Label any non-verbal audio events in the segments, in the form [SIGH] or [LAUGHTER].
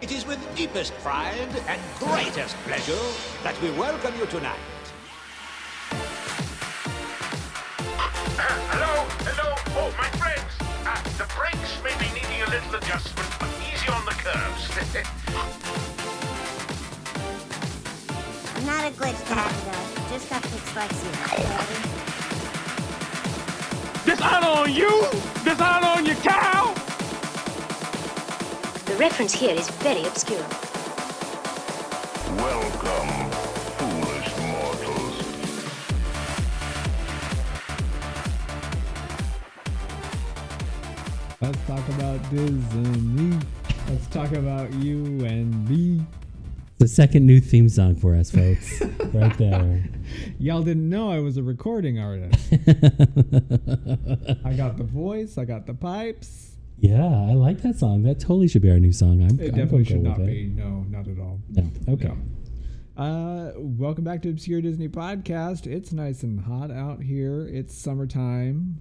It is with deepest pride and greatest pleasure that we welcome you tonight. Hello, hello, oh, my friends. Uh, the brakes may be needing a little adjustment, but easy on the curves. [LAUGHS] Not a glitch to have though. Just got dyslexia. This honor on you? This honor on your cow? The reference here is very obscure. Welcome, foolish mortals. Let's talk about Disney. Let's talk about you and me. The second new theme song for [LAUGHS] us, folks, right there. Y'all didn't know I was a recording artist. I got the voice, I got the pipes. yeah, I like that song. That totally should be our new song. I'm, It I'm definitely comfortable should not with be. it. No, not at all. No. Okay. Uh, welcome back to Obscure Disney Podcast. It's nice and hot out here. It's summertime.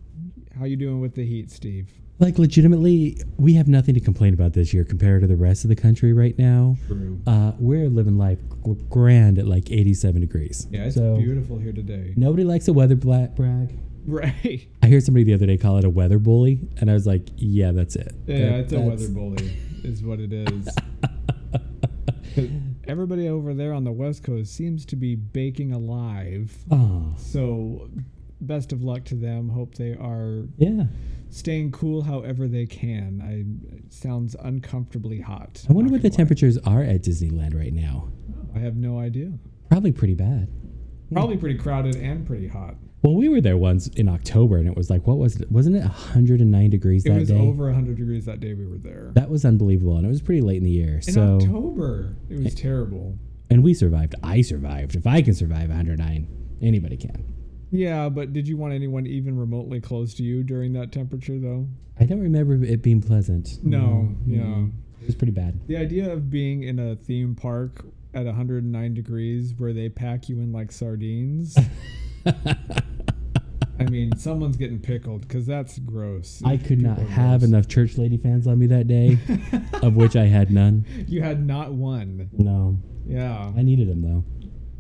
How you doing with the heat, Steve? Like legitimately, we have nothing to complain about this year compared to the rest of the country right now. True. Uh, we're living life g- grand at like 87 degrees. Yeah, it's So, beautiful here today. Nobody likes a weather bla- brag. [LAUGHS] Right. I heard somebody the other day call it a weather bully, and I was like, yeah, that's it. Yeah, That- it's a that's- weather bully, is what it [LAUGHS] is. 'Cause Everybody over there on the West Coast seems to be baking alive. Aw, So, best of luck to them. Hope they are yeah. staying cool however they can. I it sounds uncomfortably hot. I wonder Not what the gonna lie. temperatures are at Disneyland right now. I have no idea. Probably pretty bad. Probably pretty crowded and pretty hot. Well, we were there once in October, and it was like, what was it? Wasn't it 109 degrees It that was day? over 100 degrees that day we were there. That was unbelievable, and it was pretty late in the year. in so, October, it was terrible. and we survived. I survived. If I can survive 109, anybody can. Yeah, but did you want anyone even remotely close to you during that temperature, though? I don't remember it being pleasant. No, yeah. it was pretty bad. The idea of being in a theme park at 109 degrees where they pack you in like sardines. [LAUGHS] I mean, someone's getting pickled because that's gross. I could not People are have gross. enough church lady fans on me that day, of which I [LAUGHS] had none. You had not one. No, Yeah, I needed them though.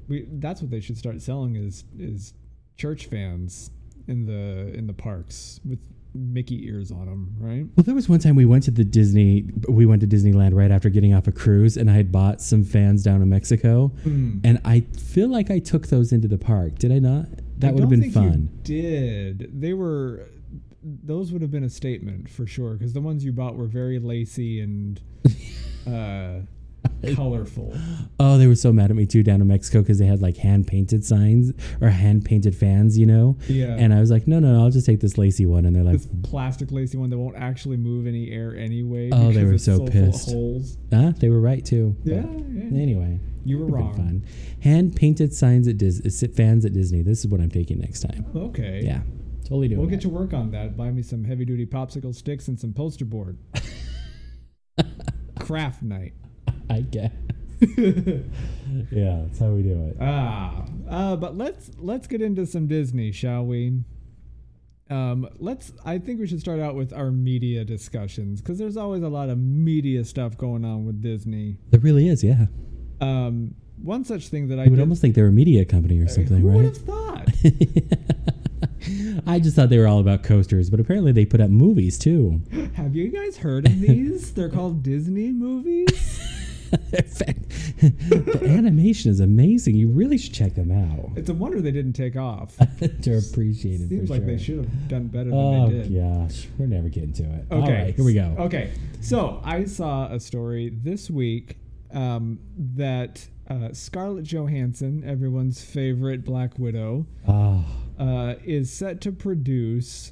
we, that's what they should start selling is is church fans in the in the parks with Mickey ears on them, right? Well, there was one time we went to the Disney. We went to Disneyland right after getting off a cruise, and I had bought some fans down in Mexico, Hmm. and I feel like I took those into the park. Did I not? I That would don't have been think you fun. did they were those would have been a statement for sure because the ones you bought were very lacy [LAUGHS] and uh, colorful. Oh, they were so mad at me too down in Mexico because they had like hand painted signs or hand painted fans, you know. Yeah. And I was like, no, no, no, I'll just take this lacy one, and they're like, This plastic lacy one that won't actually move any air anyway. Oh, they because were it's so full of pissed. holes. ah, they were right too. But Yeah, yeah. Anyway, You were would've been wrong. Fun. Hand painted signs at Disney, fans at Disney. This is what I'm taking next time. Okay. Yeah, totally doing. We'll it. get to work on that. Buy me some heavy duty popsicle sticks and some poster [LAUGHS] board. Craft night. I guess. [LAUGHS] yeah, that's how we do it. Ah, uh, but let's let's get into some Disney, shall we? Um, let's. I think we should start out with our media discussions because there's always a lot of media stuff going on with Disney. There really is, yeah. Um, one such thing that I You would did- almost think they're a media company or something, who would right? have thought? [LAUGHS] I just thought they were all about coasters, but apparently they put up movies too. [LAUGHS] have you guys heard of these? They're called Disney movies. In fact, [LAUGHS] the animation is amazing. You really should check them out. It's a wonder they didn't take off. [LAUGHS] They're appreciated. Seems for like sure. they should have done better than Oh they did. gosh, we're never getting to it. All Okay. right, here we go. Okay. So I saw a story this week um, that uh, Scarlett Johansson, everyone's favorite Black Widow, Ah, uh, is set to produce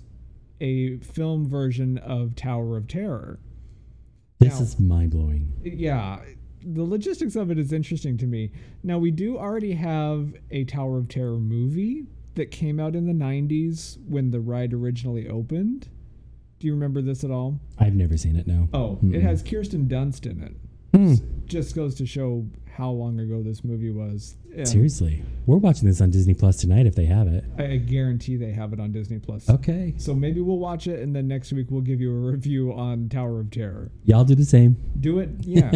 a film version of Tower of Terror. this Now- is mind blowing. Yeah. The logistics of it is interesting to me. Now, we do already have a Tower of Terror movie that came out in the 90s when the ride originally opened. Do you remember this at all? I've never seen it. No. Oh, it has Kirsten Dunst in it. Hmm. Just goes to show how long ago this movie was. And Seriously, we're watching this on Disney Plus tonight if they have it. I I guarantee they have it on Disney Plus. Okay, So maybe we'll watch it, and then next week we'll give you a review on Tower of Terror. y'all do the same. Do [LAUGHS] it, yeah.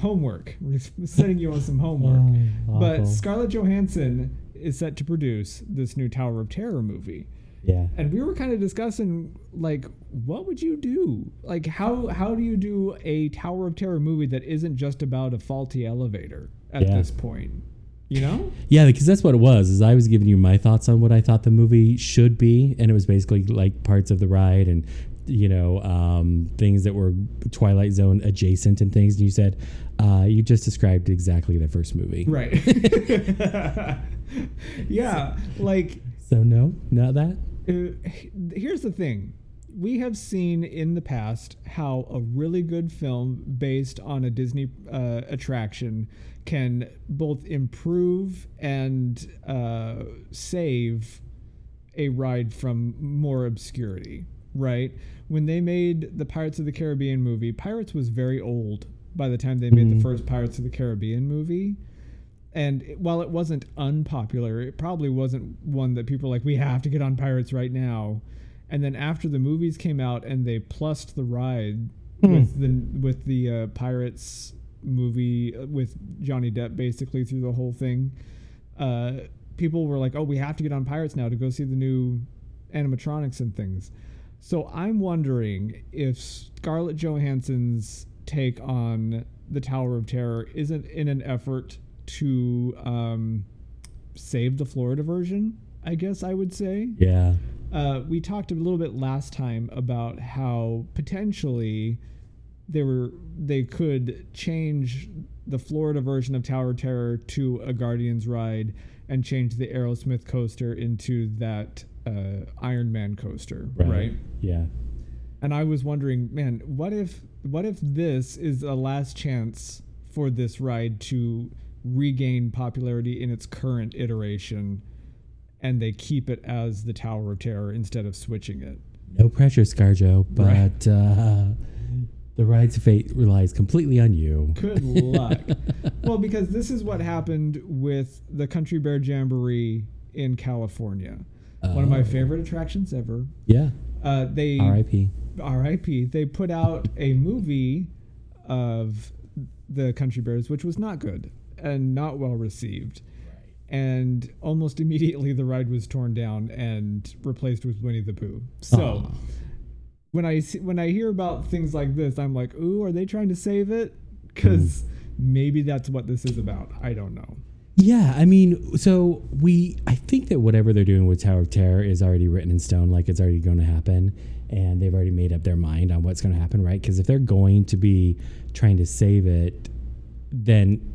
homework. We're s- setting you on some homework. Oh, but awful. Scarlett Johansson is set to produce this new Tower of Terror movie. Yeah, and we were kind of discussing like what would you do like how how do you do a tower of terror movie that isn't just about a faulty elevator at Yeah. this point you know yeah, because that's what it was. Is I was giving you my thoughts on what I thought the movie should be, and it was basically like parts of the ride and you know um, things that were Twilight Zone adjacent and things. And you said uh, you just described exactly the first movie. right [LAUGHS] yeah like So no, not that. uh, here's the thing we have seen in the past how a really good film based on a Disney uh, attraction can both improve and uh, save a ride from more obscurity, right? When they made the Pirates of the Caribbean movie, Pirates was very old by the time they made the first Pirates of the Caribbean movie. And it- while it wasn't unpopular, it probably wasn't one that people were like, we have to get on Pirates right now. And then after the movies came out and they plussed the ride with the with the uh, Pirates movie uh, with Johnny Depp basically through the whole thing, uh, people were like, "Oh, we have to get on Pirates now to go see the new animatronics and things." So I'm wondering if Scarlett Johansson's take on the Tower of Terror isn't in an effort to um, save the Florida version. I guess I would say Yeah, uh, we talked a little bit last time about how potentially they were they could change the Florida version of Tower of Terror to a Guardians ride and change the Aerosmith coaster into that uh, Iron Man coaster, right? Yeah, And I was wondering, man, what if what if this is a last chance for this ride to regain popularity in its current iteration and they keep it as the Tower of Terror instead of switching it? no pressure, ScarJo, but Right. uh, the ride's fate relies completely on you. Good luck. well, because this is what happened with the Country Bear Jamboree in California. One of my favorite attractions ever. Yeah, Uh, they R.I.P. R.I.P. They put out a movie of the Country Bears, which was not good and not well received. And almost immediately, the ride was torn down and replaced with Winnie the Pooh. So. When I see, when I hear about things like this, I'm like, "Ooh, are they trying to save it?" Because maybe that's what this is about. I don't know. Yeah, I mean, so we, I think that whatever they're doing with Tower of Terror is already written in stone, like it's already going to happen, and they've already made up their mind on what's going to happen, right? Because if they're going to be trying to save it, then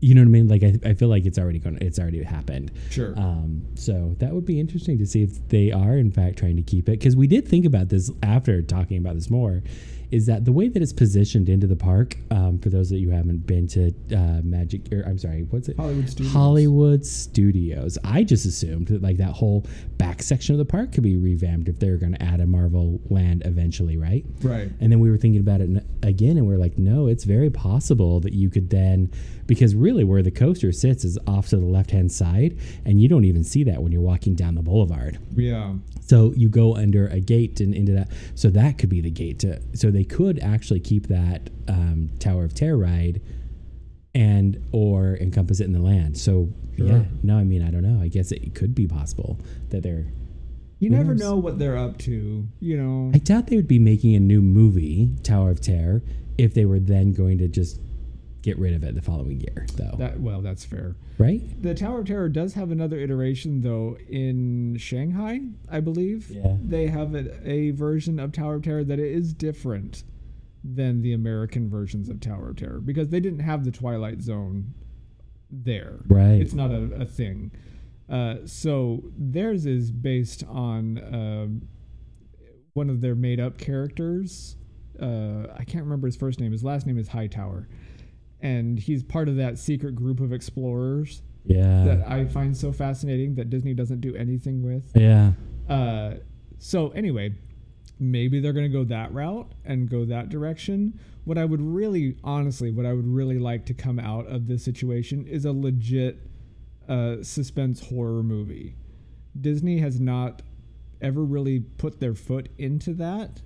you know what I mean. Like I, I feel like it's already going, to it's already happened. Sure. Um, so that would be interesting to see if they are in fact trying to keep it, because we did think about this after talking about this more. Is that the way that it's positioned into the park? Um, for those that you haven't been to uh, Magic, or I'm sorry, what's it? Hollywood Studios. Hollywood Studios. I just assumed that like that whole back section of the park could be revamped if they're going to add a Marvel Land eventually, right? Right. And then we were thinking about it n- again, and we are like, no, it's very possible that you could then, because really where the coaster sits is off to the left hand side, and you don't even see that when you're walking down the boulevard. Yeah. So you go under a gate and into that. So that could be the gate to. So they could actually keep that um, Tower of Terror ride, and or encompass it in the land. So yeah, no, I mean I don't know. I guess it could be possible that they're. You never know what they're up to. You know. I doubt they would be making a new movie Tower of Terror if they were then going to just get rid of it the following year, though. That well, that's fair. right? The Tower of Terror does have another iteration, though, in Shanghai, I believe. Yeah. They have a, a version of Tower of Terror that is different than the American versions of Tower of Terror because they didn't have the Twilight Zone there. Right. It's not a, a thing. Uh, so theirs is based on uh, one of their made up characters. Uh, I can't remember his first name. His last name is Hightower. And he's part of that secret group of explorers Yeah. that I find so fascinating that Disney doesn't do anything with. yeah. Uh, so anyway, maybe they're going to go that route and go that direction. What I would really, honestly, what I would really like to come out of this situation is a legit uh, suspense horror movie. Disney has not ever really put their foot into that.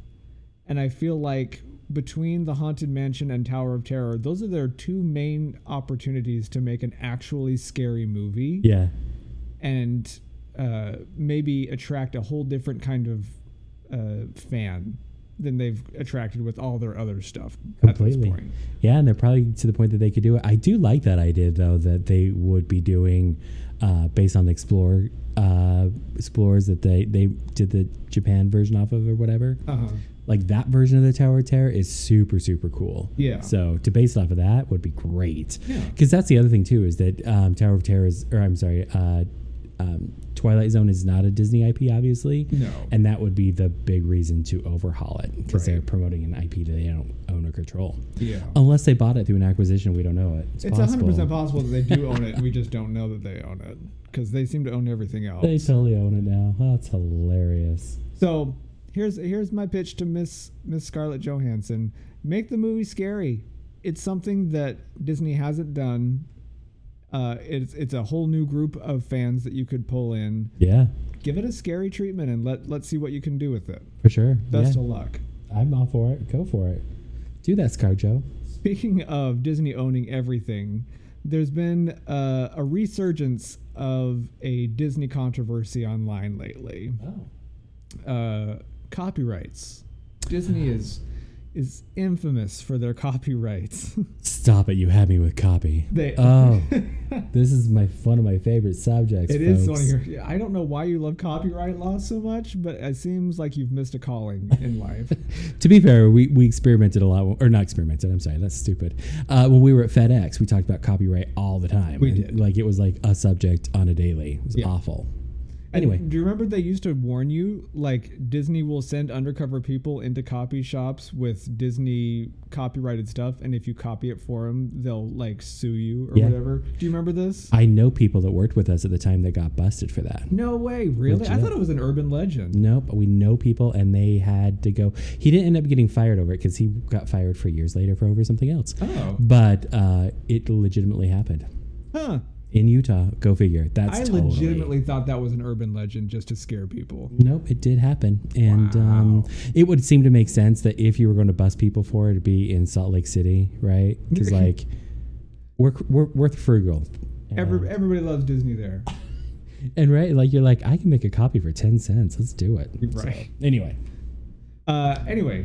And I feel like between The Haunted Mansion and Tower of Terror, those are their two main opportunities to make an actually scary movie Yeah. and uh, maybe attract a whole different kind of uh, fan than they've attracted with all their other stuff at completely. this point. Yeah, and they're probably to the point that they could do it. I do like that idea though that they would be doing uh, based on the explorer uh, explorers that they they did the Japan version off of or whatever. Uh-huh. Like that version of the Tower of Terror is super super cool. Yeah. So to base it off of that would be great. Yeah. Because that's the other thing too is that um, Tower of Terror is or I'm sorry. Uh, um, Twilight Zone is not a Disney IP, obviously. No. And that would be the big reason to overhaul it because Right. they're promoting an IP that they don't own or control. Yeah. Unless they bought it through an acquisition, we don't know it. It's, It's possible. 100% possible that they do own it. We just don't know that they own it because they seem to own everything else. They totally own it now. That's hilarious. So here's here's my pitch to Miss Miss Scarlett Johansson: make the movie scary. It's something that Disney hasn't done. Uh, it's it's a whole new group of fans that you could pull in. Yeah, Give it a scary treatment and let let's see what you can do with it. for sure. Best yeah. of luck. I'm all for it. Go for it. Do that, ScarJo. Speaking of Disney owning everything, there's been uh, a resurgence of a Disney controversy online lately. Oh. uh, copyrights. Disney is is infamous for their copyrights. [LAUGHS] Stop it! You had me with copy. They- [LAUGHS] oh, this is my one of my favorite subjects. It is folks. one of your. I don't know why you love copyright law so much, but it seems like you've missed a calling in [LAUGHS] life. To be fair, we, we experimented a lot, or not experimented. I'm sorry, that's stupid. Uh, when we were at FedEx, we talked about copyright all the time. We And, did. Like it was like a subject on a daily. It was Yeah. awful. And Anyway, do you remember they used to warn you like Disney will send undercover people into copy shops with Disney copyrighted stuff, and if you copy it for them, they'll like sue you or Yeah. whatever. Do you remember this? I know people that worked with us at the time that got busted for that. no way, really? I Legit. thought it was an urban legend. Nope, we know people, and they had to go. He didn't end up getting fired over it because he got fired for years later for over something else. Oh. But uh, it legitimately happened Huh. in Utah. Go figure. That's I totally- legitimately thought that was an urban legend just to scare people. Nope, it did happen, and um, it would seem to make sense that if you were going to bust people for it, it'd be in Salt Lake City, [LAUGHS] right? Because like we're, we're we're frugal, Every, everybody loves Disney there. and right, like you're like I can make a copy for ten cents. Let's do it. Right. So, anyway, Uh, anyway,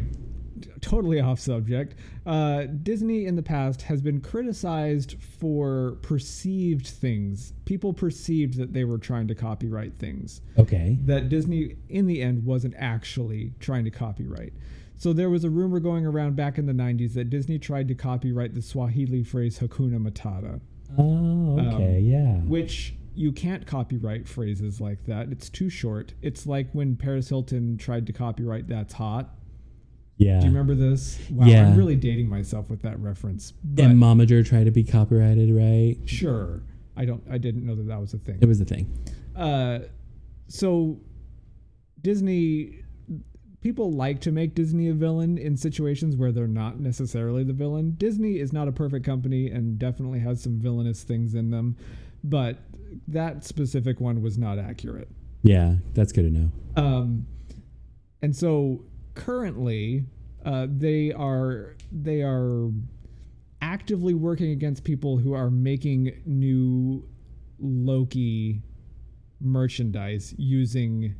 t- totally off subject. Uh, Disney in the past has been criticized for perceived things. People perceived that they were trying to copyright things. okay, that Disney, in the end, wasn't actually trying to copyright. So there was a rumor going around back in the 90s that Disney tried to copyright the Swahili phrase Hakuna Matata, oh Um, okay, yeah, which you can't copyright phrases like that. It's too short. It's like when Paris Hilton tried to copyright That's Hot. yeah. Do you remember this? Wow, Yeah. I'm really dating myself with that reference. But and Momager tried to be copyrighted, right? sure. I don't I didn't know that that was a thing. It was the thing. uh, so Disney people like to make Disney a villain in situations where they're not necessarily the villain. Disney is not a perfect company and definitely has some villainous things in them, but that specific one was not accurate. Yeah, that's good to know. Um, and so currently, uh, they are they are actively working against people who are making new Loki merchandise using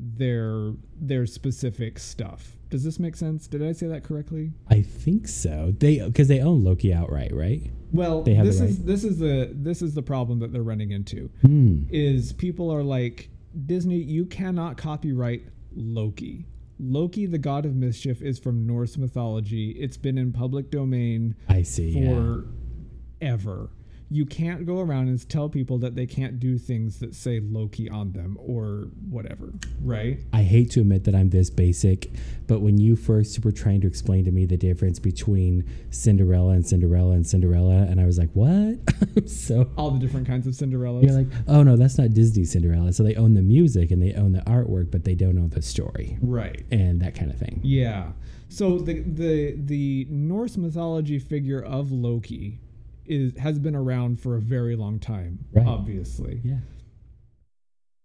their their specific stuff. Does this make sense? Did I say that correctly? I think so. They because they own Loki outright, right? Well, They have the this is right. this is the this is the problem that they're running into. Hmm. Is people are like Disney, you cannot copyright Loki. Loki, the god of mischief, is from Norse mythology. It's been in public domain I see. yeah. for ever. you can't go around and tell people that they can't do things that say Loki on them or whatever, right? I hate to admit that I'm this basic, but when you first were trying to explain to me the difference between Cinderella and Cinderella and Cinderella, and I was like, what? [LAUGHS] so All the different kinds of Cinderellas. you're like, oh no, that's not Disney Cinderella. So they own the music and they own the artwork, but they don't own the story right. and that kind of thing. Yeah. So the the the Norse mythology figure of Loki is has been around for a very long time, Right. obviously. Yeah.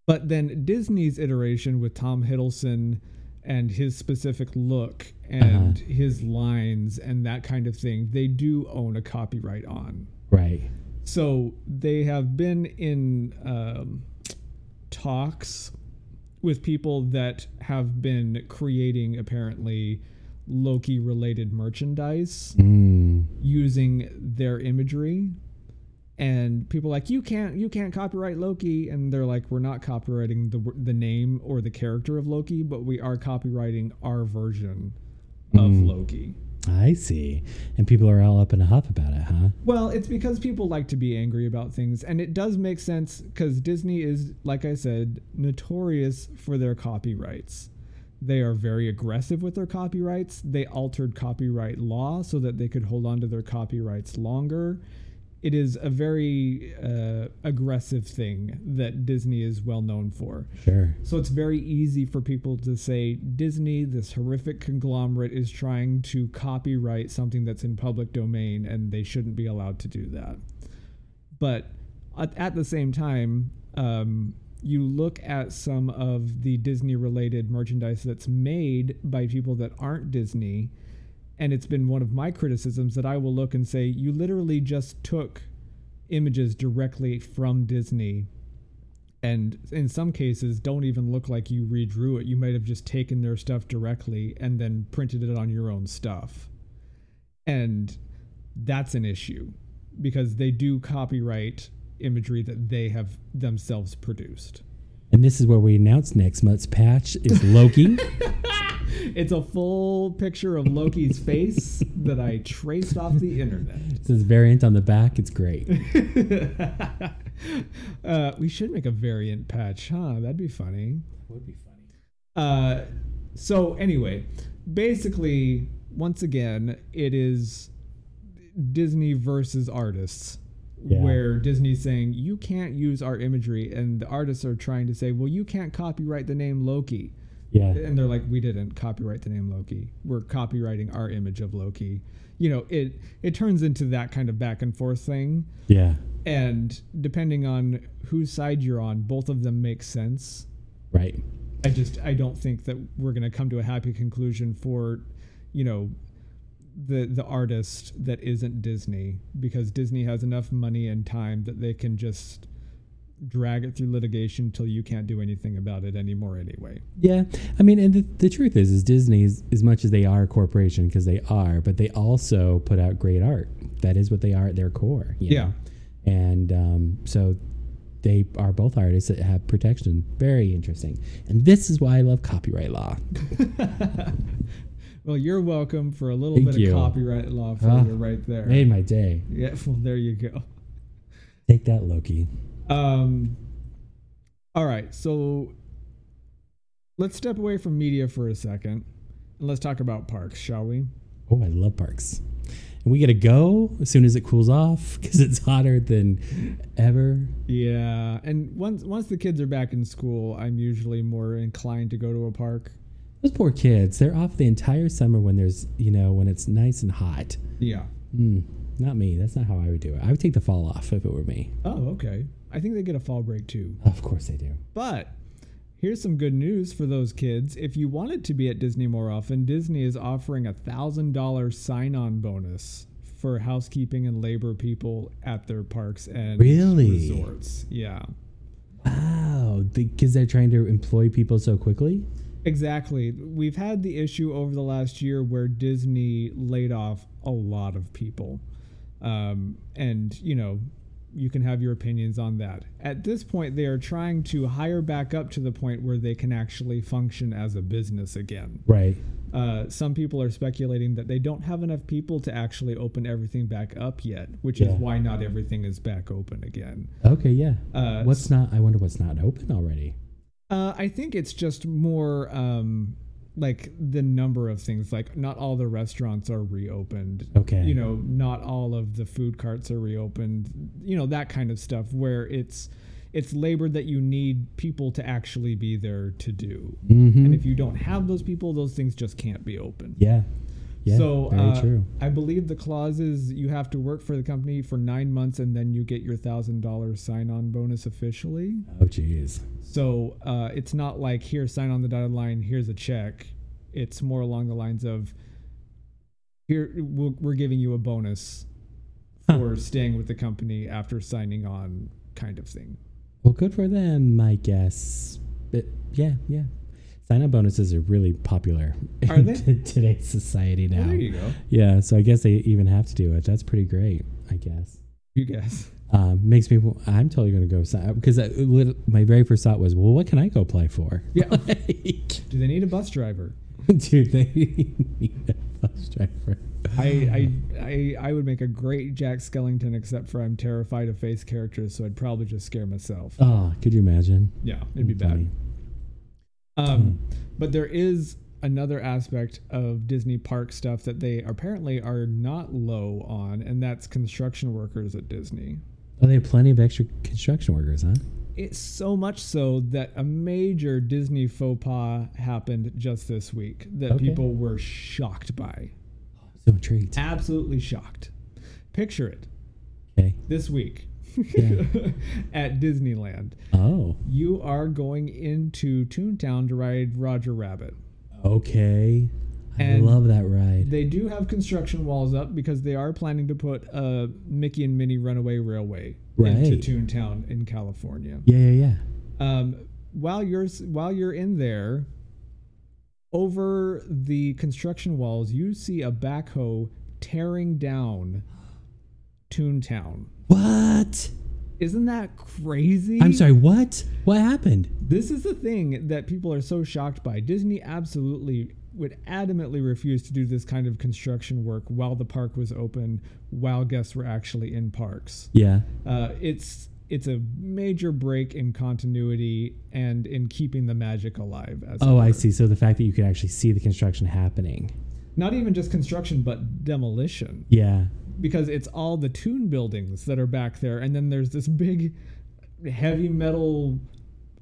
But then Disney's iteration with Tom Hiddleston and his specific look and his lines and that kind of thing, they do own a copyright on. Right. So they have been in um, talks with people that have been creating apparently Loki related merchandise using their imagery. And people are like you can't you can't copyright Loki, and they're like we're not copyrighting the w- the name or the character of Loki, but we are copyrighting our version of Loki. I see. And people are all up in a huff about it, huh? Well, it's because people like to be angry about things, and it does make sense because Disney is, like I said, notorious for their copyrights. They are very aggressive with their copyrights. They altered copyright law so that they could hold on to their copyrights longer. It is a very uh, aggressive thing that Disney is well known for. Sure. So it's very easy for people to say Disney, this horrific conglomerate, is trying to copyright something that's in public domain and they shouldn't be allowed to do that. But at, at the same time, um, you look at some of the Disney related merchandise that's made by people that aren't Disney. And it's been one of my criticisms that I will look and say, you literally just took images directly from Disney and in some cases don't even look like you redrew it. You might have just taken their stuff directly and then printed it on your own stuff. And that's an issue because they do copyright imagery that they have themselves produced. And this is where we announce next month's patch is Loki. It's a full picture of Loki's face that I traced off the internet. it says variant on the back. It's great. [LAUGHS] uh, we should make a variant patch, huh? That'd be funny. Would be funny. Uh, so anyway, basically, once again, it is Disney versus artists, Yeah. where Disney's saying you can't use our imagery, and the artists are trying to say, well, you can't copyright the name Loki. Yeah. And they're like, we didn't copyright the name Loki. We're copyrighting our image of Loki. You know, it it turns into that kind of back and forth thing Yeah. and depending on whose side you're on both of them make sense Right. i just i don't think that we're going to come to a happy conclusion for you know the the artist that isn't disney because disney has enough money and time that they can just drag it through litigation till you can't do anything about it anymore anyway Yeah, I mean, and the, the truth is, is Disney, is, as much as they are a corporation, because they are, but they also put out great art. That is what they are at their core. you Yeah. know? and um, so they are both artists that have protection. Very interesting, and this is why I love copyright law. well you're welcome for a little Thank bit you. of copyright law for Ah, you right there Made my day. yeah well there you go Take that, Loki. Um, all right, so let's step away from media for a second and let's talk about parks, shall we? Oh, I love parks. And we gotta go as soon as it cools off because it's hotter than ever. Yeah, and once once the kids are back in school, I'm usually more inclined to go to a park. Those poor kids, they're off the entire summer when there's, you know, when it's nice and hot. Yeah. Not me. That's not how I would do it. I would take the fall off if it were me. Oh, okay. I think they get a fall break too. Of course I do. But here's some good news for those kids. If you wanted to be at Disney more often, Disney is offering a $1,000 sign-on bonus for housekeeping and labor people at their parks and Really? resorts. Yeah. Wow. Because they're trying to employ people so quickly? Exactly. We've had the issue over the last year where Disney laid off a lot of people. Um, and, you know, you can have your opinions on that. At this point, they are trying to hire back up to the point where they can actually function as a business again. Right. Uh, some people are speculating that they don't have enough people to actually open everything back up yet, which Yeah. is why not everything is back open again. Okay. Yeah. Uh, what's not? I wonder what's not open already. Uh, I think it's just more um, like the number of things. Like, not all the restaurants are reopened. Okay. You know, not all of the food carts are reopened. You know, that kind of stuff where it's it's labor that you need people to actually be there to do. And if you don't have those people, those things just can't be open. Mm-hmm. Yeah. Yeah. so very uh, true. I believe the clause is you have to work for the company for nine months and then you get your thousand dollars sign on bonus officially. Oh, jeez. So uh, it's not like here, sign on the dotted line. Here's a check. It's more along the lines of here we'll, we're giving you a bonus for staying with the company after signing on, kind of thing. Well, good for them, I guess. But yeah, yeah. Sign-up bonuses are really popular [LAUGHS] Are in they? t- today's society now. Well, there you go. Yeah, so I guess they even have to do it. That's pretty great, I guess. You guess. Um, makes me. I'm totally gonna go sign up because my very first thought was, well, what can I go apply for? Yeah. [LAUGHS] Like, Do they need a bus driver? dude, they need a bus driver. I, I I I would make a great Jack Skellington, except for I'm terrified of face characters, so I'd probably just scare myself. Oh, could you imagine? Yeah, it'd be Funny. bad. Um, Hmm. but there is another aspect of Disney park stuff that they apparently are not low on, and that's construction workers at Disney. Oh, they have plenty of extra construction workers, huh? It's so much so that a major Disney faux pas happened just this week that Okay. people were shocked by. So intrigued. Absolutely shocked. Picture it Okay. this week Yeah. [LAUGHS] at Disneyland. oh. You are going into Toontown to ride Roger Rabbit. Okay. I And love that ride. They do have construction walls up because they are planning to put a Mickey and Minnie Runaway Railway Right. into Toontown in California. yeah, yeah, yeah. Um, while you're s- while you're in there, over the construction walls, you see a backhoe tearing down Toontown. What? Isn't that crazy? I'm sorry. What? What happened? This is the thing that people are so shocked by. Disney absolutely would adamantly refuse to do this kind of construction work while the park was open, while guests were actually in parks. Yeah. Uh, it's it's a major break in continuity and in keeping the magic alive. As it Oh, I were. see. So the fact that you could actually see the construction happening. Not even just construction, but demolition, Yeah. because it's all the tune buildings that are back there, and then there's this big, heavy metal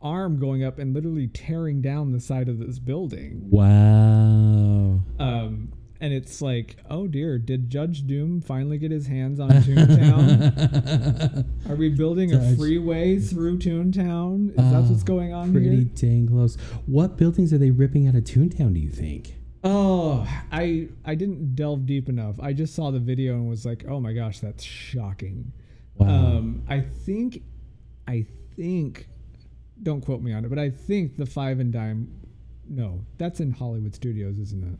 arm going up and literally tearing down the side of this building. Wow. Um, and it's like, oh dear, did Judge Doom finally get his hands on Toontown? [LAUGHS] Are we building a Judge. Ah, freeway through Toontown? Is that what's going on Oh, Pretty here? dang close. What buildings are they ripping out of Toontown? Do you think? Oh, I I didn't delve deep enough. I just saw the video and was like, oh my gosh, that's shocking. Wow. Um, I think, I think, don't quote me on it, but I think the Five and Dime. No, that's in Hollywood Studios, isn't it?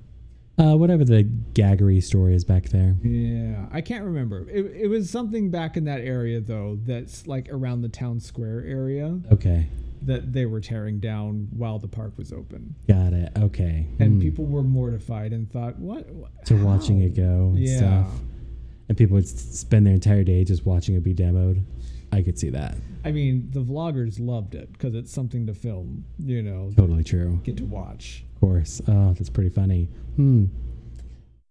Uh, whatever the gaggery story is back there. Yeah, I can't remember. It, it was something back in that area though, that's like around the town square area Okay. that they were tearing down while the park was open, Got it. Okay. and people were mortified and thought, "What?" Wh- So watching it go and Yeah. stuff. And people would s- spend their entire day just watching it be demoed. I could see that. I mean, the vloggers loved it because it's something to film. You know, Totally true. get to watch. Of course. Oh, that's pretty funny. Hmm.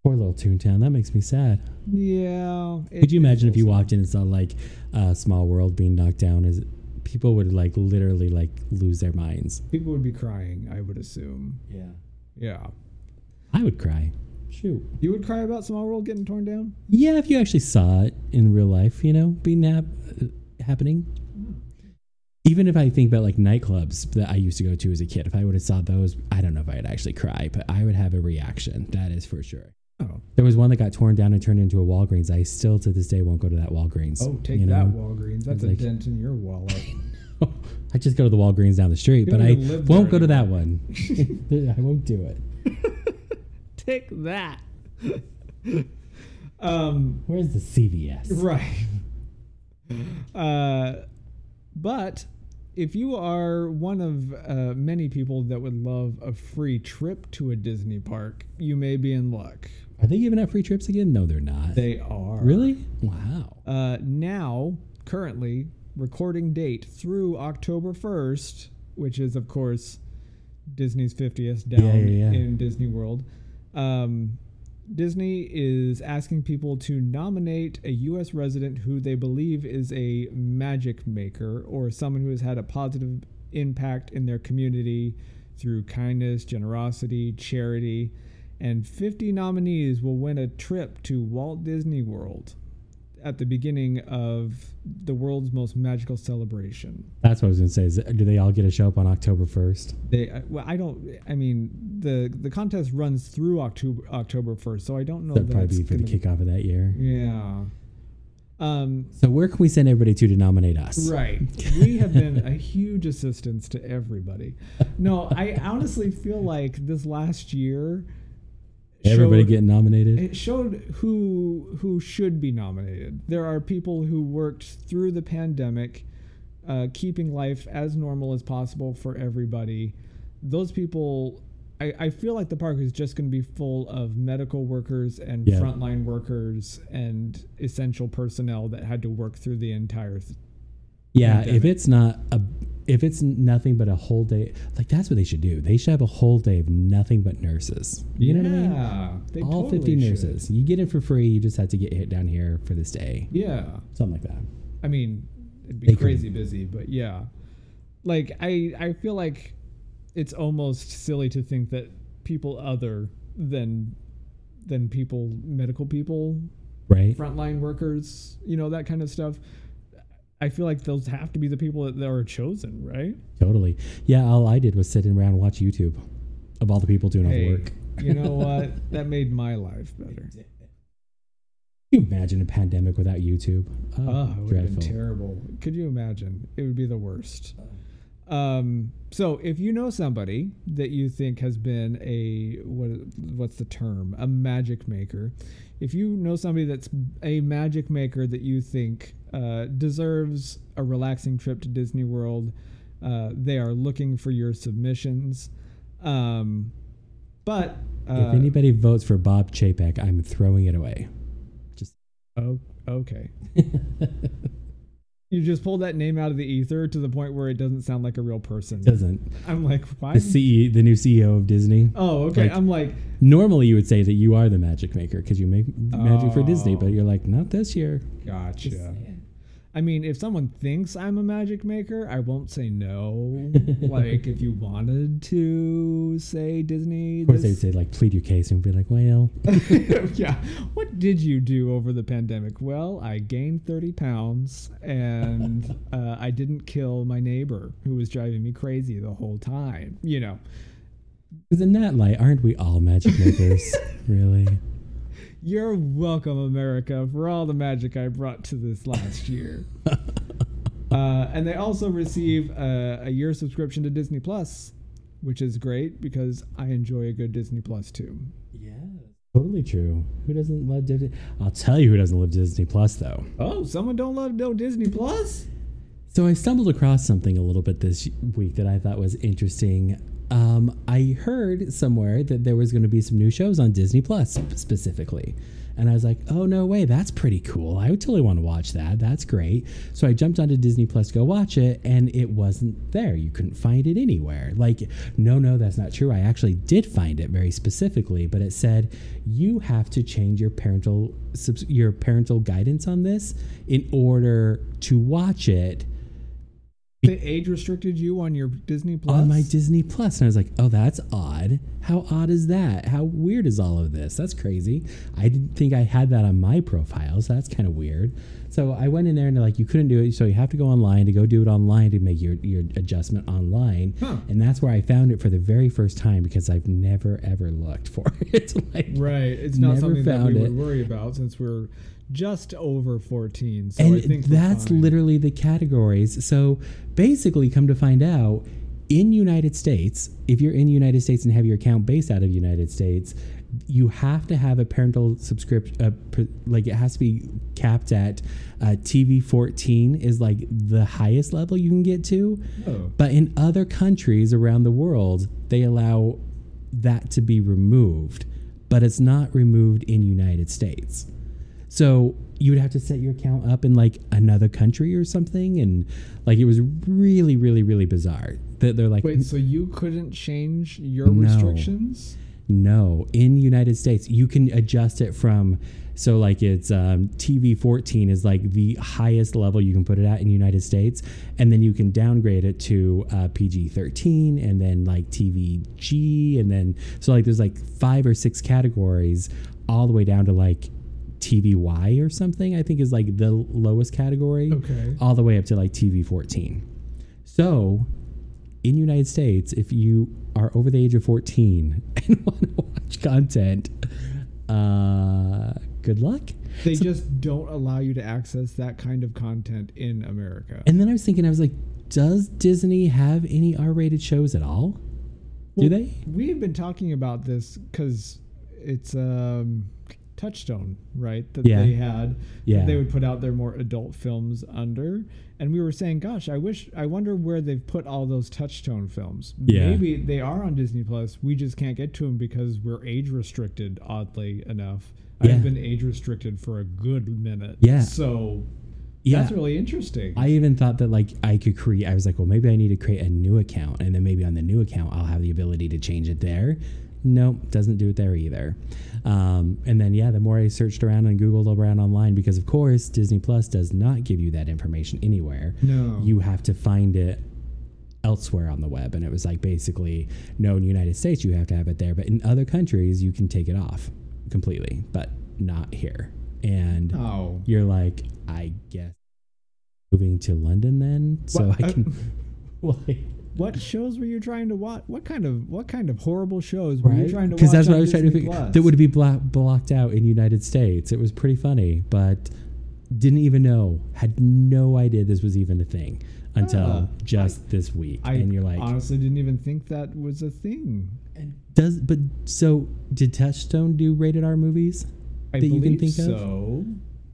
Poor little Toontown. That makes me sad. Yeah. Could you imagine if you walked in and saw like a small world being knocked down? Is people would like literally like lose their minds. People would be crying. I would assume. Yeah. Yeah. I would cry. Shoot. You would cry about Small World getting torn down. Yeah, if you actually saw it in real life, you know, being hap- happening. Even if I think about like nightclubs that I used to go to as a kid, if I would have saw those, I don't know if I'd actually cry, but I would have a reaction. That is for sure. Oh. There was one that got torn down and turned into a Walgreens. I still to this day won't go to that Walgreens. Oh, take you that, know? Walgreens. That's a like- dent in your wallet. I just go to the Walgreens down the You street, but don't I even live there won't go to that one. [LAUGHS] [LAUGHS] I won't do it. Take that. [LAUGHS] um, Where's the CVS? right. Uh, but if you are one of uh, many people that would love a free trip to a Disney park, you may be in luck. Are they giving out free trips again? No, they're not. They are. really? Wow. Uh, now, currently, recording date through October 1st, which is, of course, Disney's 50th down Yeah, yeah, yeah. in Disney World. Um, Disney is asking people to nominate a U.S. resident who they believe is a magic maker or someone who has had a positive impact in their community through kindness, generosity, charity. And 50 nominees will win a trip to Walt Disney World at the beginning of the world's most magical celebration. That's what I was gonna say. Is do they all get to show up on October first? They, I- well, I don't. I mean, the the contest runs through October October first, so I don't know. That'd that probably it's be for the gonna- kickoff of that year. Yeah. Um, So where can we send everybody to to nominate us? Right. We have been a huge assistance to everybody. No, I honestly feel like this last year Everybody showed- getting nominated. it showed who who should be nominated. There are people who worked through the pandemic, uh, keeping life as normal as possible for everybody. Those people, I, I feel like the park is just going to be full of medical workers and Yeah. frontline workers and essential personnel that had to work through the entire. Th- Yeah, pandemic. if it's not a, if it's nothing but a whole day, like that's what they should do. They should have a whole day of nothing but nurses. You know what I mean? They All totally 50 should. nurses. You get in for free. You just have to get hit down here for this day. Yeah. Something like that. I mean, it'd be They could- crazy busy, but yeah. Like I I feel like it's almost silly to think that people other than than people medical people, Right? frontline workers, you know, that kind of stuff. I feel like those have to be the people that, that are chosen, right? Totally. Yeah, all I did was sit around and watch YouTube of all the people doing all the Hey, work. you [LAUGHS] know what? That made my life better. Can you imagine a pandemic without YouTube? Oh, it would have been terrible. Could you imagine? It would be the worst. Um, so if you know somebody that you think has been a what what's the term? A magic maker. If you know somebody that's a magic maker that you think uh, deserves a relaxing trip to Disney World, uh, they are looking for your submissions. Um, but uh, if anybody votes for Bob Chapek, I'm throwing it away. Oh, [LAUGHS] okay. you just pulled that name out of the ether to the point where it doesn't sound like a real person. Doesn't I'm like, why? the CEO, the new CEO of Disney? oh, okay. like- I'm like, Normally, you would say that you are the magic maker because you make magic for Disney, but you're like, not this year. gotcha. I mean, if someone thinks I'm a magic maker, I won't say [LAUGHS] no. like, if you wanted to say Disney, Of course, they'd this, say like, plead your case, and be like, well, [LAUGHS] yeah. What did you do over the pandemic? Well, I gained 30 pounds [LAUGHS] and uh, I didn't kill my neighbor who was driving me crazy the whole time. You know, because in that light, aren't we all magic makers? really? you're welcome, America, for all the magic I brought to this last [LAUGHS] year. uh, and they also receive a, a year subscription to Disney Plus, which is great because I enjoy a good Disney Plus too. Yeah, totally true. Who doesn't love Disney? I'll tell you who doesn't love Disney Plus though. Oh, someone don't love no Disney Plus? So I stumbled across something a little bit this week that I thought was interesting. Um, I heard somewhere that there was going to be some new shows on Disney Plus specifically. And I was like, oh, no way, that's pretty cool. I would totally want to watch that. That's great. So I jumped onto Disney Plus to go watch it, and it wasn't there. You couldn't find it anywhere. Like, no, no, that's not true. I actually did find it very specifically, but it said you have to change your parental subs- your parental guidance on this in order to watch it They age restricted you on your Disney Plus? on my Disney Plus. And I was like, oh, that's odd. How odd is that? How weird is all of this? That's crazy. I didn't think I had that on my profile. So that's kind of weird. So I went in there and they're like, you couldn't do it. So you have to go online to go do it online to make your, your adjustment online. And that's where I found it for the very first time because I've never, ever looked for [LAUGHS] it. like, Right. It's not Never something that found we it. would worry about since we're just over 14. So I and think we're that's fine. literally the categories. So basically, come to find out, in United States, if you're in the United States and have your account based out of United States, you have to have a parental subscription, uh, pr- like it has to be capped at uh, TV 14 is like the highest level you can get to. Oh. But in other countries around the world, they allow that to be removed, but it's not removed in United States. So you would have to set your account up in like another country or something, and like it was really, really, really bizarre. That they're like, Wait, so you couldn't change your No. restrictions? no, in United States you can adjust it from. So like it's um, TV 14 is like the highest level you can put it at in United States, and then you can downgrade it to uh, PG 13, and then like TVG, and then so like there's like five or six categories, all the way down to like TVY or something. I think is like the lowest category, Okay. all the way up to like TV 14. So in United States, if you are over the age of 14 [LAUGHS] and want to watch content, uh, good luck. They just don't allow you to access that kind of content in America. And then I was thinking, I was like, does Disney have any R rated shows at all? Do they? We've been talking about this because it's um, Touchstone, right? That Yeah. they had. Yeah. That they would put out their more adult films under. And we were saying, gosh, I wish, I wonder where they've put all those Touchstone films. Yeah. Maybe they are on Disney Plus. We just can't get to them because we're age restricted, oddly enough. Yeah. I've been age restricted for a good minute. Yeah. So Yeah. that's really interesting. I even thought that like I could create. I was like, well, maybe I need to create a new account, and then maybe on the new account I'll have the ability to change it there. Nope, doesn't do it there either. Um, and then yeah, the more I searched around and googled around online, because of course Disney Plus does not give you that information anywhere. No. you have to find it elsewhere on the web, and it was like basically no. In the United States, you have to have it there, but in other countries, you can take it off completely, but not here. And oh. you're like, I guess moving to London then, so What? [LAUGHS] I can. like, What shows were you trying to watch? What kind of what kind of horrible shows were you trying to watch? Because that's what on I was trying to Disney figure. Plus? That would be blo- blocked out in United States. It was pretty funny, but didn't even know, had no idea this was even a thing until Ah. just this week. I and you're like, honestly didn't even think that was a thing. does but so did Touchstone do rated R movies? I That you can believe think of? so.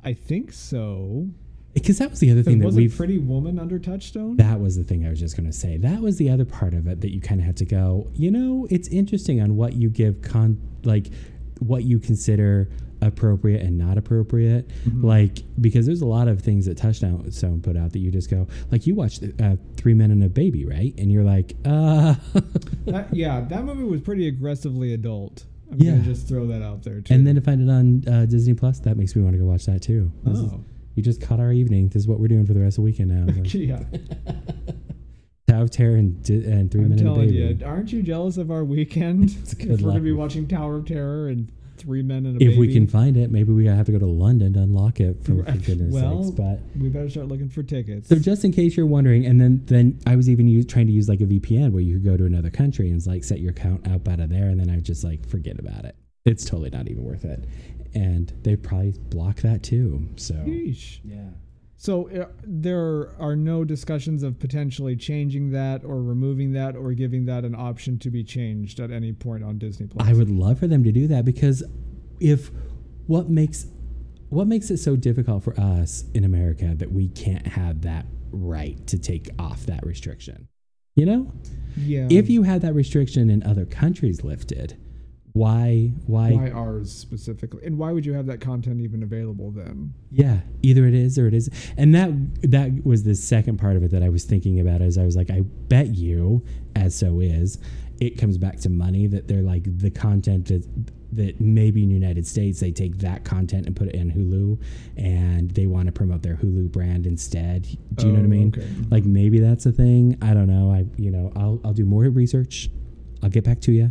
I think so. Because that was the other thing that was we it Pretty Woman under Touchstone? That was the thing I was just going to say. That was the other part of it that you kind of had to go, you know, it's interesting on what you give con like what you consider appropriate and not appropriate. Mm-hmm. Like because there's a lot of things that Touchdown Stone put out that you just go, like you watched uh, 3 Men and a Baby, right? And you're like, uh That- yeah, that movie was pretty aggressively adult. I'm Yeah. gonna just throw that out there too. and [LAUGHS] then to find it on uh, Disney Plus, that makes me want to go watch that too. This is- Oh. you just caught our evening. This is what we're doing for the rest of the weekend [LAUGHS] now. It's Like, yeah, Tower of Terror and, Di- and 3 I'm Men and a telling Baby. you, aren't you jealous of our weekend? [LAUGHS] a good if we're gonna be life. watching Tower of Terror and Three Men and a if Baby. we can find it, maybe we have to go to London to unlock it. For, for goodness well, sakes, but we better start looking for tickets. so just in case you're wondering, and then then I was even use, trying to use like a VPN where you could go to another country and it's like set your account up out of there, and then I would just like forget about it. It's totally not even worth it, and they probably block that too. So Yeesh. yeah, So uh, there are no discussions of potentially changing that or removing that or giving that an option to be changed at any point on Disney Plus. I would love for them to do that because if what makes what makes it so difficult for us in America that we can't have that right to take off that restriction, you know? yeah. if you had that restriction in other countries lifted, why, why, why ours specifically, and why would you have that content even available then? Yeah, either it is or it is. And that that was the second part of it that I was thinking about as I was like, I bet you, as so is, it comes back to money that they're like the content that that maybe in the United States they take that content and put it in Hulu and they want to promote their Hulu brand instead. Do you know what I Oh, mean? okay. Like maybe that's a thing. I don't know. I you know, I'll I'll do more research. I'll get back to you.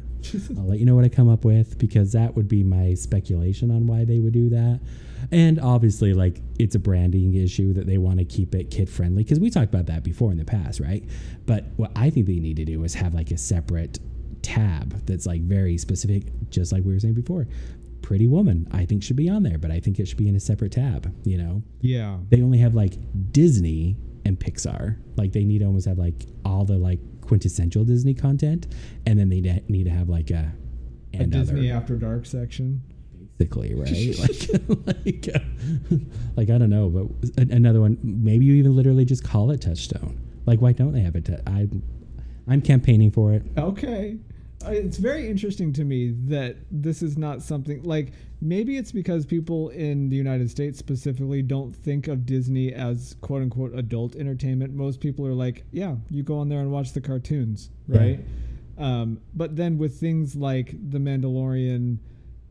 I'll let you know what I come up with because that would be my speculation on why they would do that. And obviously, like it's a branding issue that they want to keep it kid friendly because we talked about that before in the past, right? But what I think they need to do is have like a separate tab that's like very specific, just like we were saying before. Pretty Woman, I think should be on there, but I think it should be in a separate tab. You know, Yeah. they only have like Disney and Pixar. Like they need to almost have like all the like quintessential Disney content, and then they ne- need to have like a and Disney other, After Dark section. basically, right? like, [LAUGHS] like, uh, [LAUGHS] like, I don't know, but a- another one. Maybe you even literally just call it Touchstone. Like, why don't they have it? i am I'm campaigning for it. Okay. Uh, It's very interesting to me that this is not something like maybe it's because people in the United States specifically don't think of Disney as quote unquote adult entertainment. Most people are like, yeah, you go on there and watch the cartoons, Yeah. right? Um, but then with things like The Mandalorian,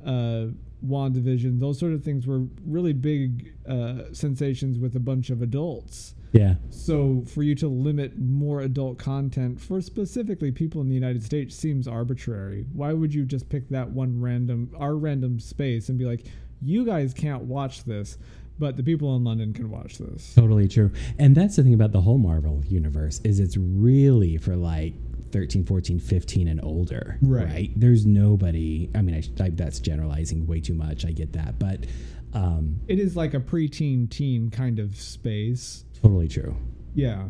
uh, WandaVision, those sort of things were really big uh, sensations with a bunch of adults. Yeah. So for you to limit more adult content for specifically people in the United States seems arbitrary. Why would you just pick that one random our random space and be like, you guys can't watch this, but the people in London can watch this. Totally true. And that's the thing about the whole Marvel universe is it's really for like 13, 14, 15 and older. Right. There's nobody, I mean, I, I, that's generalizing way too much. I get that, but um, It is like a preteen teen kind of space. totally true. Yeah.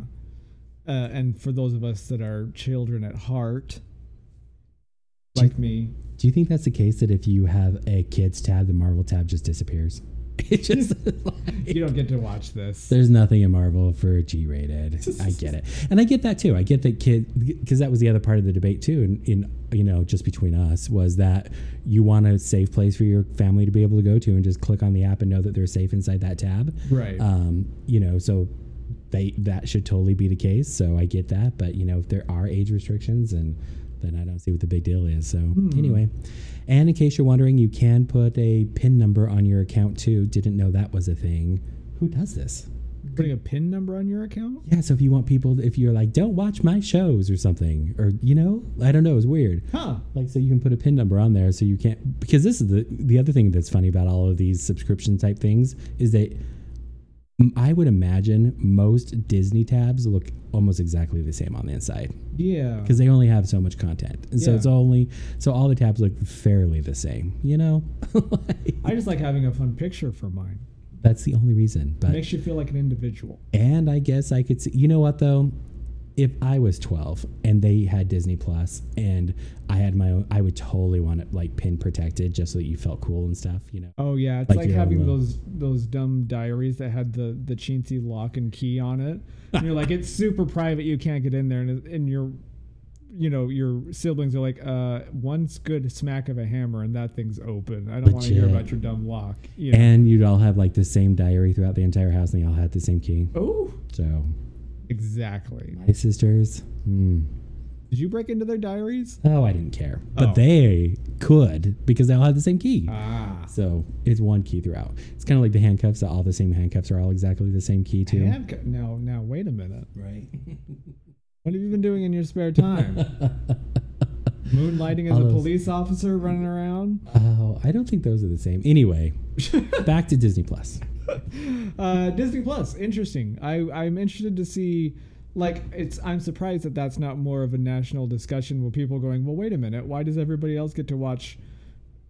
Uh, and for those of us that are children at heart, like me, Do you think that's the case that if you have a kids tab, the Marvel tab just disappears? [LAUGHS] It just you don't get to watch this. There's nothing in Marvel for G rated. I get it. And I get that too. I get that kid because that was the other part of the debate too in, in you know, just between us was that you want a safe place for your family to be able to go to and just click on the app and know that they're safe inside that tab. Right. Um, you know, so they that should totally be the case. So I get that, but you know, if there are age restrictions and then I don't see what the big deal is. So anyway, and in case you're wondering, you can put a pin number on your account too. Didn't know that was a thing. Who does this? Putting a pin number on your account? Yeah, so if you want people, if you're like, don't watch my shows or something, or you know, I don't know, it's weird. Huh. Like, so you can put a pin number on there, so you can't because this is the the other thing that's funny about all of these subscription type things is that m- I would imagine most Disney tabs look almost exactly the same on the inside Yeah. because they only have so much content, and so Yeah. it's only so all the tabs look fairly the same. You know, [LAUGHS] Like, I just like having a fun picture for mine. that's the only reason. But Makes you feel like an individual. And I guess I could see, you know what though? If I was 12 and they had Disney Plus and I had my own, I would totally want it like pin protected just so that you felt cool and stuff, you know? Oh yeah, it's Like like, your having own, uh, those those dumb diaries that had the the chintzy lock and key on it. And you're like, it's super private. You can't get in there, and and your, you know, your siblings are like, uh, one's good smack of a hammer, and that thing's open. I don't want to hear Legit. about your dumb lock. You know? And you'd all have like the same diary throughout the entire house and they all had the same key. oh, So, exactly. my sisters, hmm. Did you break into their diaries? oh, I didn't care. But Oh. they could because they all had the same key. Ah, so, it's one key throughout. It's kind of like the handcuffs, all the same handcuffs are all exactly the same key too. handcuff. Now, now, wait a minute. Right. [LAUGHS] What have you been doing in your spare [LAUGHS] time? Moonlighting as All a those- police officer, running around. [LAUGHS] Oh, I don't think those are the same. [LAUGHS] Anyway, back to Disney Plus. Uh, Disney Plus, interesting. I I'm interested to see. Like it's, I'm surprised that that's not more of a national discussion with people going, well, wait a minute, why does everybody else get to watch?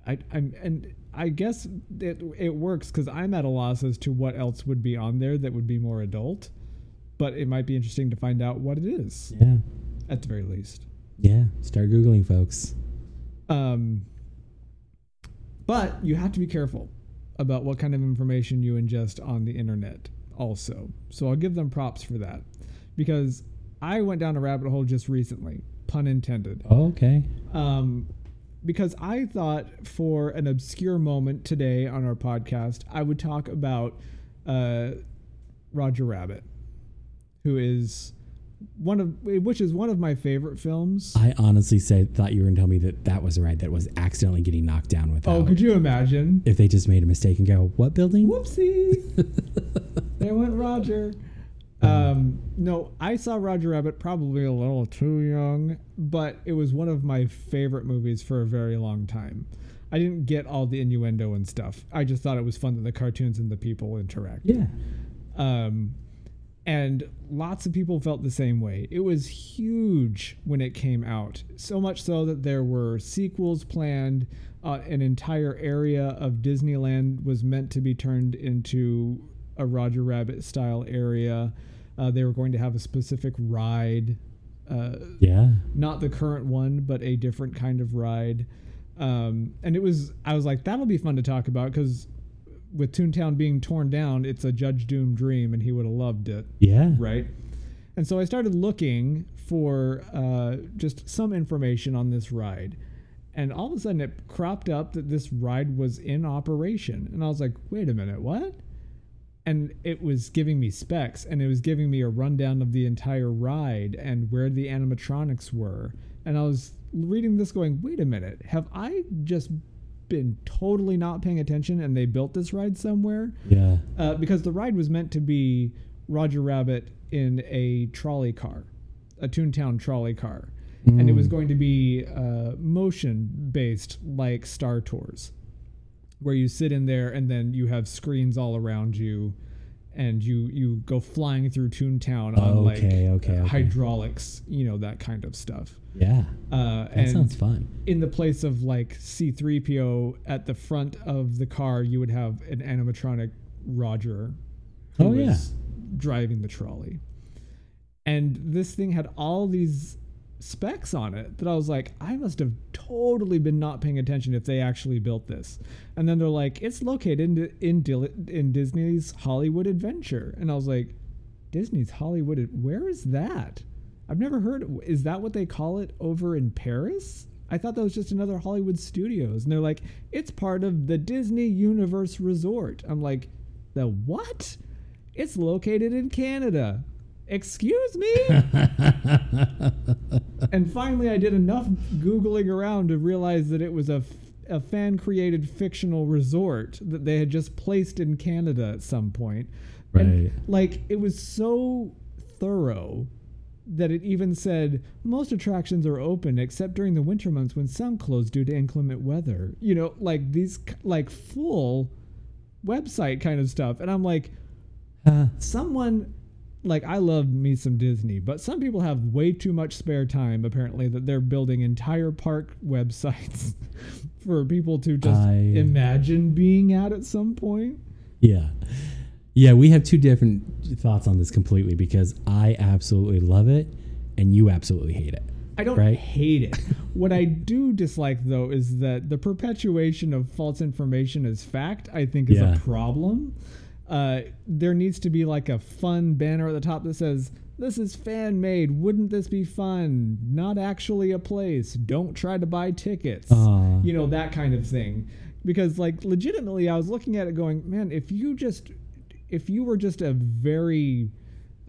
I I'm and I guess it it works because I'm at a loss as to what else would be on there that would be more adult, but it might be interesting to find out what it is Yeah. at the very least. Yeah. Start Googling, folks. Um, but you have to be careful about what kind of information you ingest on the internet, also. So I'll give them props for that because I went down a rabbit hole just recently, pun intended. Okay. Um, because I thought for an obscure moment today on our podcast, I would talk about uh, Roger Rabbit, who is one of which is one of my favorite films. I honestly said thought you were going to tell me that that was right. That was accidentally getting knocked down without. Oh, could you imagine? If they just made a mistake and go, what building? Whoopsie. there went Roger. Um, no, I saw Roger Rabbit probably a little too young, but it was one of my favorite movies for a very long time. I didn't get all the innuendo and stuff. I just thought it was fun that the cartoons and the people interact. Yeah. Um, and lots of people felt the same way. It was huge when it came out, so much so that there were sequels planned. Uh, an entire area of Disneyland was meant to be turned into a Roger Rabbit style area. Uh, they were going to have a specific ride, uh, Yeah. not the current one, but a different kind of ride. Um, and it was, I was like, that'll be fun to talk about because with Toontown being torn down, it's a Judge Doom dream, and he would have loved it Yeah. right? And so I started looking for uh, just some information on this ride. And all of a sudden it cropped up that this ride was in operation. And I was like, wait a minute, what? And it was giving me specs and it was giving me a rundown of the entire ride and where the animatronics were. And I was reading this going, wait a minute, have I just been totally not paying attention and they built this ride somewhere? Yeah. uh, because the ride was meant to be Roger Rabbit in a trolley car, a Toontown trolley car, and it Mm. was going to be uh, motion based like Star Tours, where you sit in there and then you have screens all around you, and you you go flying through Toontown on like Okay, okay, uh, okay. hydraulics, you know that kind of stuff. Yeah. Uh, That and sounds fun. in the place of like C3PO at the front of the car, you would have an animatronic Roger who Oh, yeah. was driving the trolley. And this thing had all these specs on it that I was like, I must have totally been not paying attention if they actually built this. And then they're like, it's located in in, Dil- in Disney's Hollywood Adventure. And I was like, Disney's Hollywood, Ad- where is that? I've never heard. Is that what they call it over in Paris? I thought that was just another Hollywood Studios. And they're like, it's part of the Disney Universe Resort. I'm like, the what? It's located in Canada. Excuse me? and finally, I did enough Googling around to realize that it was a, f- a fan created fictional resort that they had just placed in Canada at some point. And, Right. like, it was so thorough that it even said most attractions are open except during the winter months when some close due to inclement weather. You know, like these, c- like, full website kind of stuff. And I'm like, someone like I love me some Disney, but some people have way too much spare time apparently that they're building entire park [LAUGHS] websites for people to just I- imagine being at at some point. Yeah. Yeah, we have two different thoughts on this completely because I absolutely love it and you absolutely hate it. I don't Right. hate [LAUGHS] it. what I do dislike though is that the perpetuation of false information as fact, I think, is Yeah. a problem. Uh, there needs to be like a fun banner at the top that says, "This is fan made. Wouldn't this be fun? Not actually a place. Don't try to buy tickets." Aw. You know that kind of thing. Because like legitimately, I was looking at it going, "Man, if you just, if you were just a very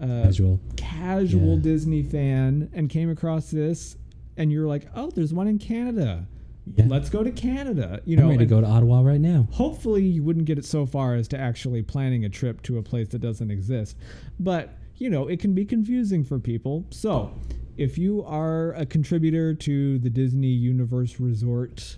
uh, Casual. casual Yeah. Disney fan and came across this, and you're like, oh, there's one in Canada. Yeah. Let's go to Canada. You I'm know, ready to and go to Ottawa right now. hopefully you wouldn't get it so far as to actually planning a trip to a place that doesn't exist. But you know, it can be confusing for people. So, if you are a contributor to the Disney Universe Resort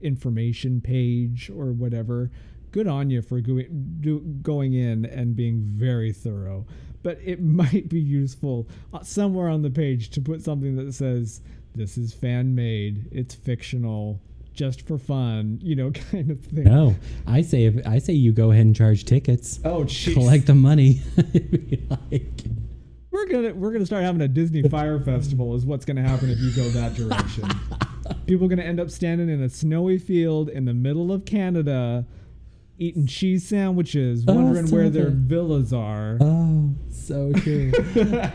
information page or whatever, good on you for go- do, going in and being very thorough. But it [LAUGHS] might be useful uh, somewhere on the page to put something that says, This is fan made, it's fictional, just for fun, you know, [LAUGHS] kind of thing. No, I say if I say you go ahead and charge tickets, Oh, jeez. collect the money. [LAUGHS] Be like, we're gonna we're gonna start having a Disney [LAUGHS] Fire Festival is what's gonna happen if you go that direction. People are gonna end up standing in a snowy field in the middle of Canada, eating cheese sandwiches, Oh, wondering where stop their it. villas are. oh, so [LAUGHS] true.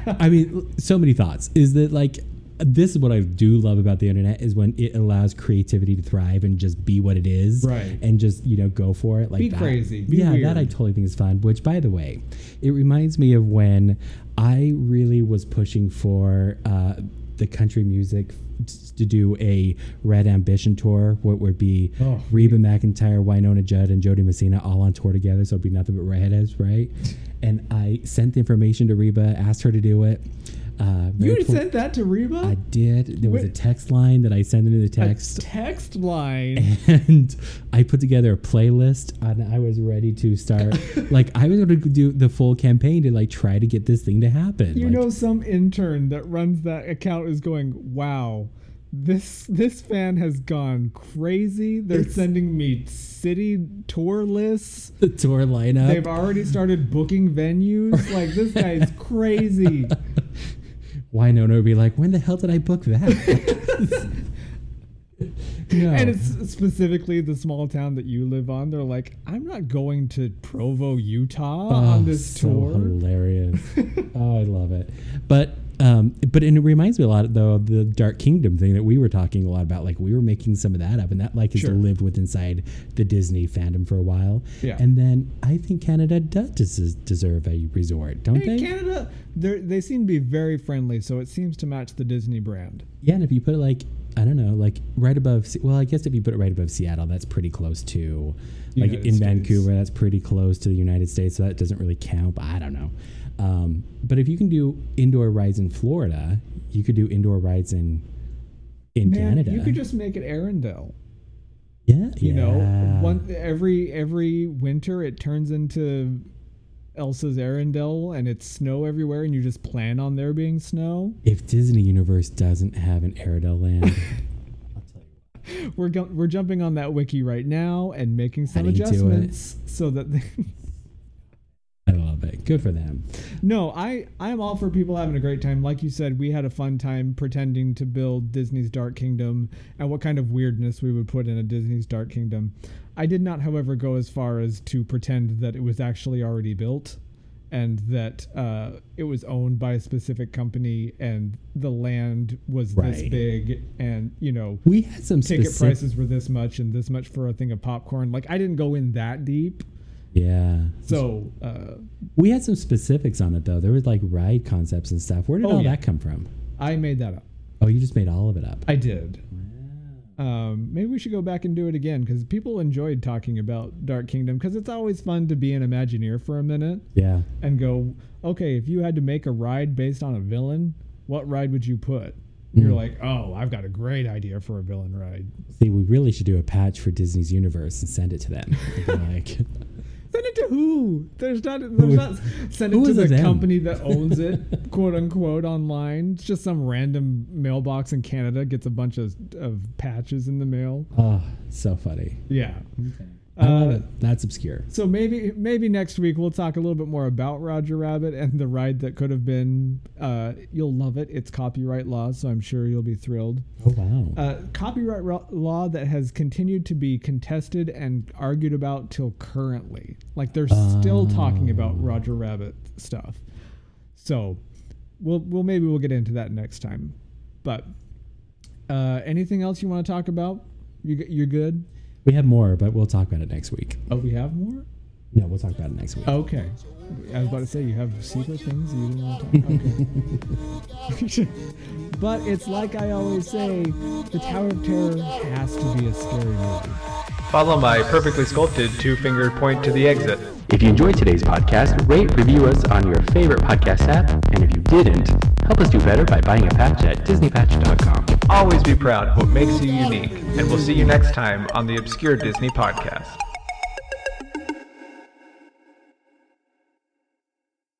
I mean, so many thoughts. Is that like this is what I do love about the internet is when it allows creativity to thrive and just be what it is, Right. And just you know go for it like Be that. crazy, be yeah, that I weird. totally think is fun. Which, by the way, it reminds me of when I really was pushing for uh, the country music f- to do a Red Ambition tour. What would be Oh. Reba McIntyre, Winona Judd, and Jody Messina all on tour together. So it'd be nothing but redheads, [LAUGHS] right? And I sent the information to Reba, asked her to do it. Uh, you very pl- sent that to Reba? I did. There was a Wait. text line that I sent into the A text text [LAUGHS] line. and I put together a playlist and I was ready [LAUGHS] to start like I was going to do the full campaign to like try to get this thing to happen. You Like, know, some intern that runs that account is going, "Wow, this this fan has gone crazy. They're sending me city tour lists." the tour They've lineup. already started booking venues. Like this [LAUGHS] guy's crazy. Oh. [LAUGHS] Winona would be like, "When the hell did I book that?" [LAUGHS] No. And it's specifically the small town that you live on. They're like, I'm not going to Provo, Utah on Oh, this so tour. [LAUGHS] Hilarious. oh, I love it. But um, but and it reminds me a lot though of the Dark Kingdom thing that we were talking a lot about. Like we were making some of that up, and that like has Sure. lived with inside the Disney fandom for a while. Yeah. And then I think Canada does des- deserve a resort, don't Hey, they? Canada, they're- they seem to be very friendly, so it seems to match the Disney brand. Yeah, and if you put it like I don't know, like right above. Se- Well, I guess if you put it right above Seattle, that's pretty close to, like United in States. Vancouver, that's pretty close to the United States. So that doesn't really count. But I don't know. Um, but if you can do indoor rides in Florida, you could do indoor rides in in Man, Canada. you could just make it Arendelle. yeah, You know, yeah. one every every winter it turns into Elsa's Arendelle, and it's snow everywhere, and you just plan on there being snow. If Disney Universe doesn't have an Aerodel land, [LAUGHS] We're go- we're jumping on that wiki right now and making some Adding to it. adjustments so that. They- [LAUGHS] I love it. Good for them. no, I I'm all for people having a great time. Like you said, we had a fun time pretending to build Disney's Dark Kingdom and what kind of weirdness we would put in a Disney's Dark Kingdom. I did not, however, go as far as to pretend that it was actually already built. and that uh, it was owned by a specific company and the land was this Right. big and you know We had some ticket specific- prices were this much and this much for a thing of popcorn like i didn't go in that deep Yeah. so uh, We had some specifics on it though. There was like ride concepts and stuff. Where did Oh, all yeah. that come from? i made that up Oh, you just made all of it up. i did um, maybe we should go back and do it again because people enjoyed talking about dark kingdom because it's always fun to be an imagineer for a minute Yeah. and go, okay, if you had to make a ride based on a villain, what ride would you put? And You're like, oh, I've got a great idea for a villain ride. See, we really should do a patch for Disney's universe and send it to them. [LAUGHS] And be like, Send it to who? There's not. There's not. Send it who to is the it them? company [LAUGHS] that owns it, quote unquote, online. It's just some random mailbox in Canada gets a bunch of, of patches in the mail. oh, so funny. Yeah. I love it. That's obscure. So maybe maybe next week we'll talk a little bit more about Roger Rabbit and the ride that could have been. Uh, you'll love it. It's copyright law, so I'm sure you'll be thrilled. Oh wow. uh, copyright ro- law that has continued to be contested and argued about till currently. Like they're still talking about Roger Rabbit stuff. So, we'll we'll maybe we'll get into that next time. But uh, anything else you want to talk about? You g- you're good. we have more, but we'll talk about it next week. Oh, we have more. No, we'll talk about it next week. Okay. I was about to say you have secret things that you didn't want to talk about. [LAUGHS] but it's like I always say, the Tower of Terror has to be a scary movie. Follow my perfectly sculpted two fingered point to the exit. If you enjoyed today's podcast, rate, review us on your favorite podcast app, and if you didn't, help us do better by buying a patch at disneypatch.com. Always be proud of what makes you unique, and we'll see you next time on the Obscure Disney Podcast.